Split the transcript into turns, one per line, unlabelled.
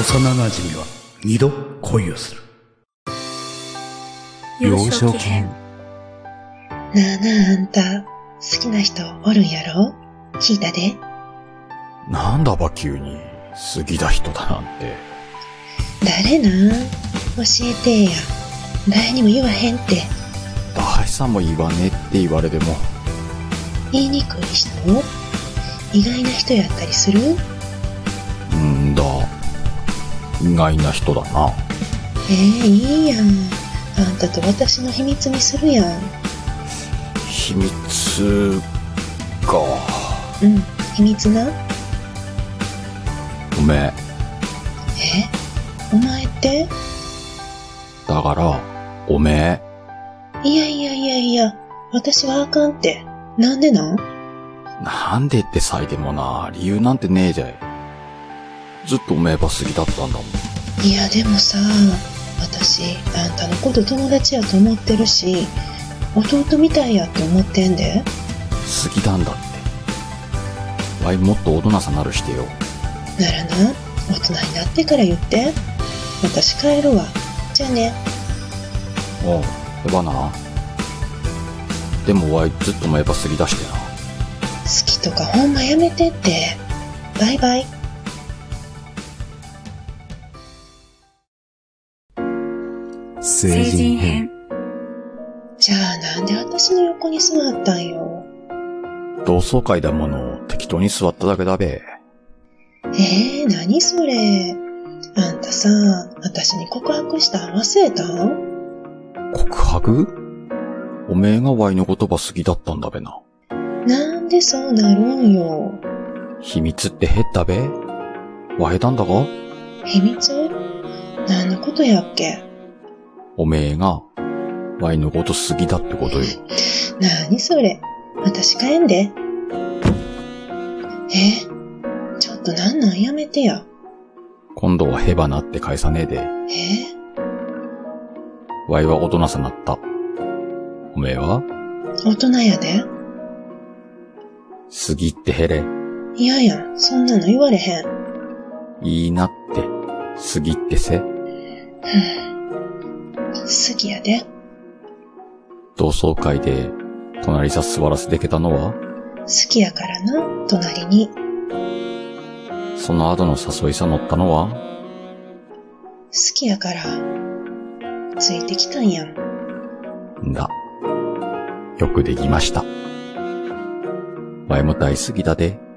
幼なじみは二度恋をする
幼少期編
なあなああんた、好きな人おるんやろ聞いたで。
なんだば急に過ぎた人だなんて
誰なん教えてや。誰にも言わへんって。
大さんも言わねえって言われても
言いにくい人意外な人やったりする
うんだ意外な人だな
ええいいやん。あんたと私の秘密にするやん。
秘密か
うん、秘密な。
ごめん
えお前って
だからおめ
いやいやいやいや、私はあかんって。なんでなん
えなんでってさえでもな理由なんてねえでずっとおめえば過ぎだったんだもん
いやでもさ私あんたのこと友達やと思ってるし弟みたいやって思ってんで
過ぎたんだってわいもっと大人さなるしてよ
ならな大人になってから言って私帰るわじゃあね
おうえばなでもわいずっとおめえば過ぎだしてな
好きとかほんまやめてってバイバイ
成
成人編
じゃあなんで私の横に座ったんよ
同窓会だもの、適当に座っただけだべ。
えー、何それあんたさ私に告白したん忘れたん
告白おめえがワイの言葉好きだったんだべな。
なんでそうなるんよ
秘密って減ったべワイだんだが
秘密何のことやっけ
おめえが、ワイのこと好きだってことよ。
なにそれ私帰んで。えちょっとなんなんやめてや。
今度はヘバなって返さねえで。
え
ワイは大人さなった。おめえは
大人やで
好きって減れ。
嫌ややん、そんなの言われへん。ふ
いいなって。好きってせ。
ぅ好きやで。
同窓会で、隣さ座らせてけたのは
好きやからな、隣に。
その後の誘いさ乗ったのは
好きやから、ついてきたんやん。
んだ。よくできました。ワイも大好きだで。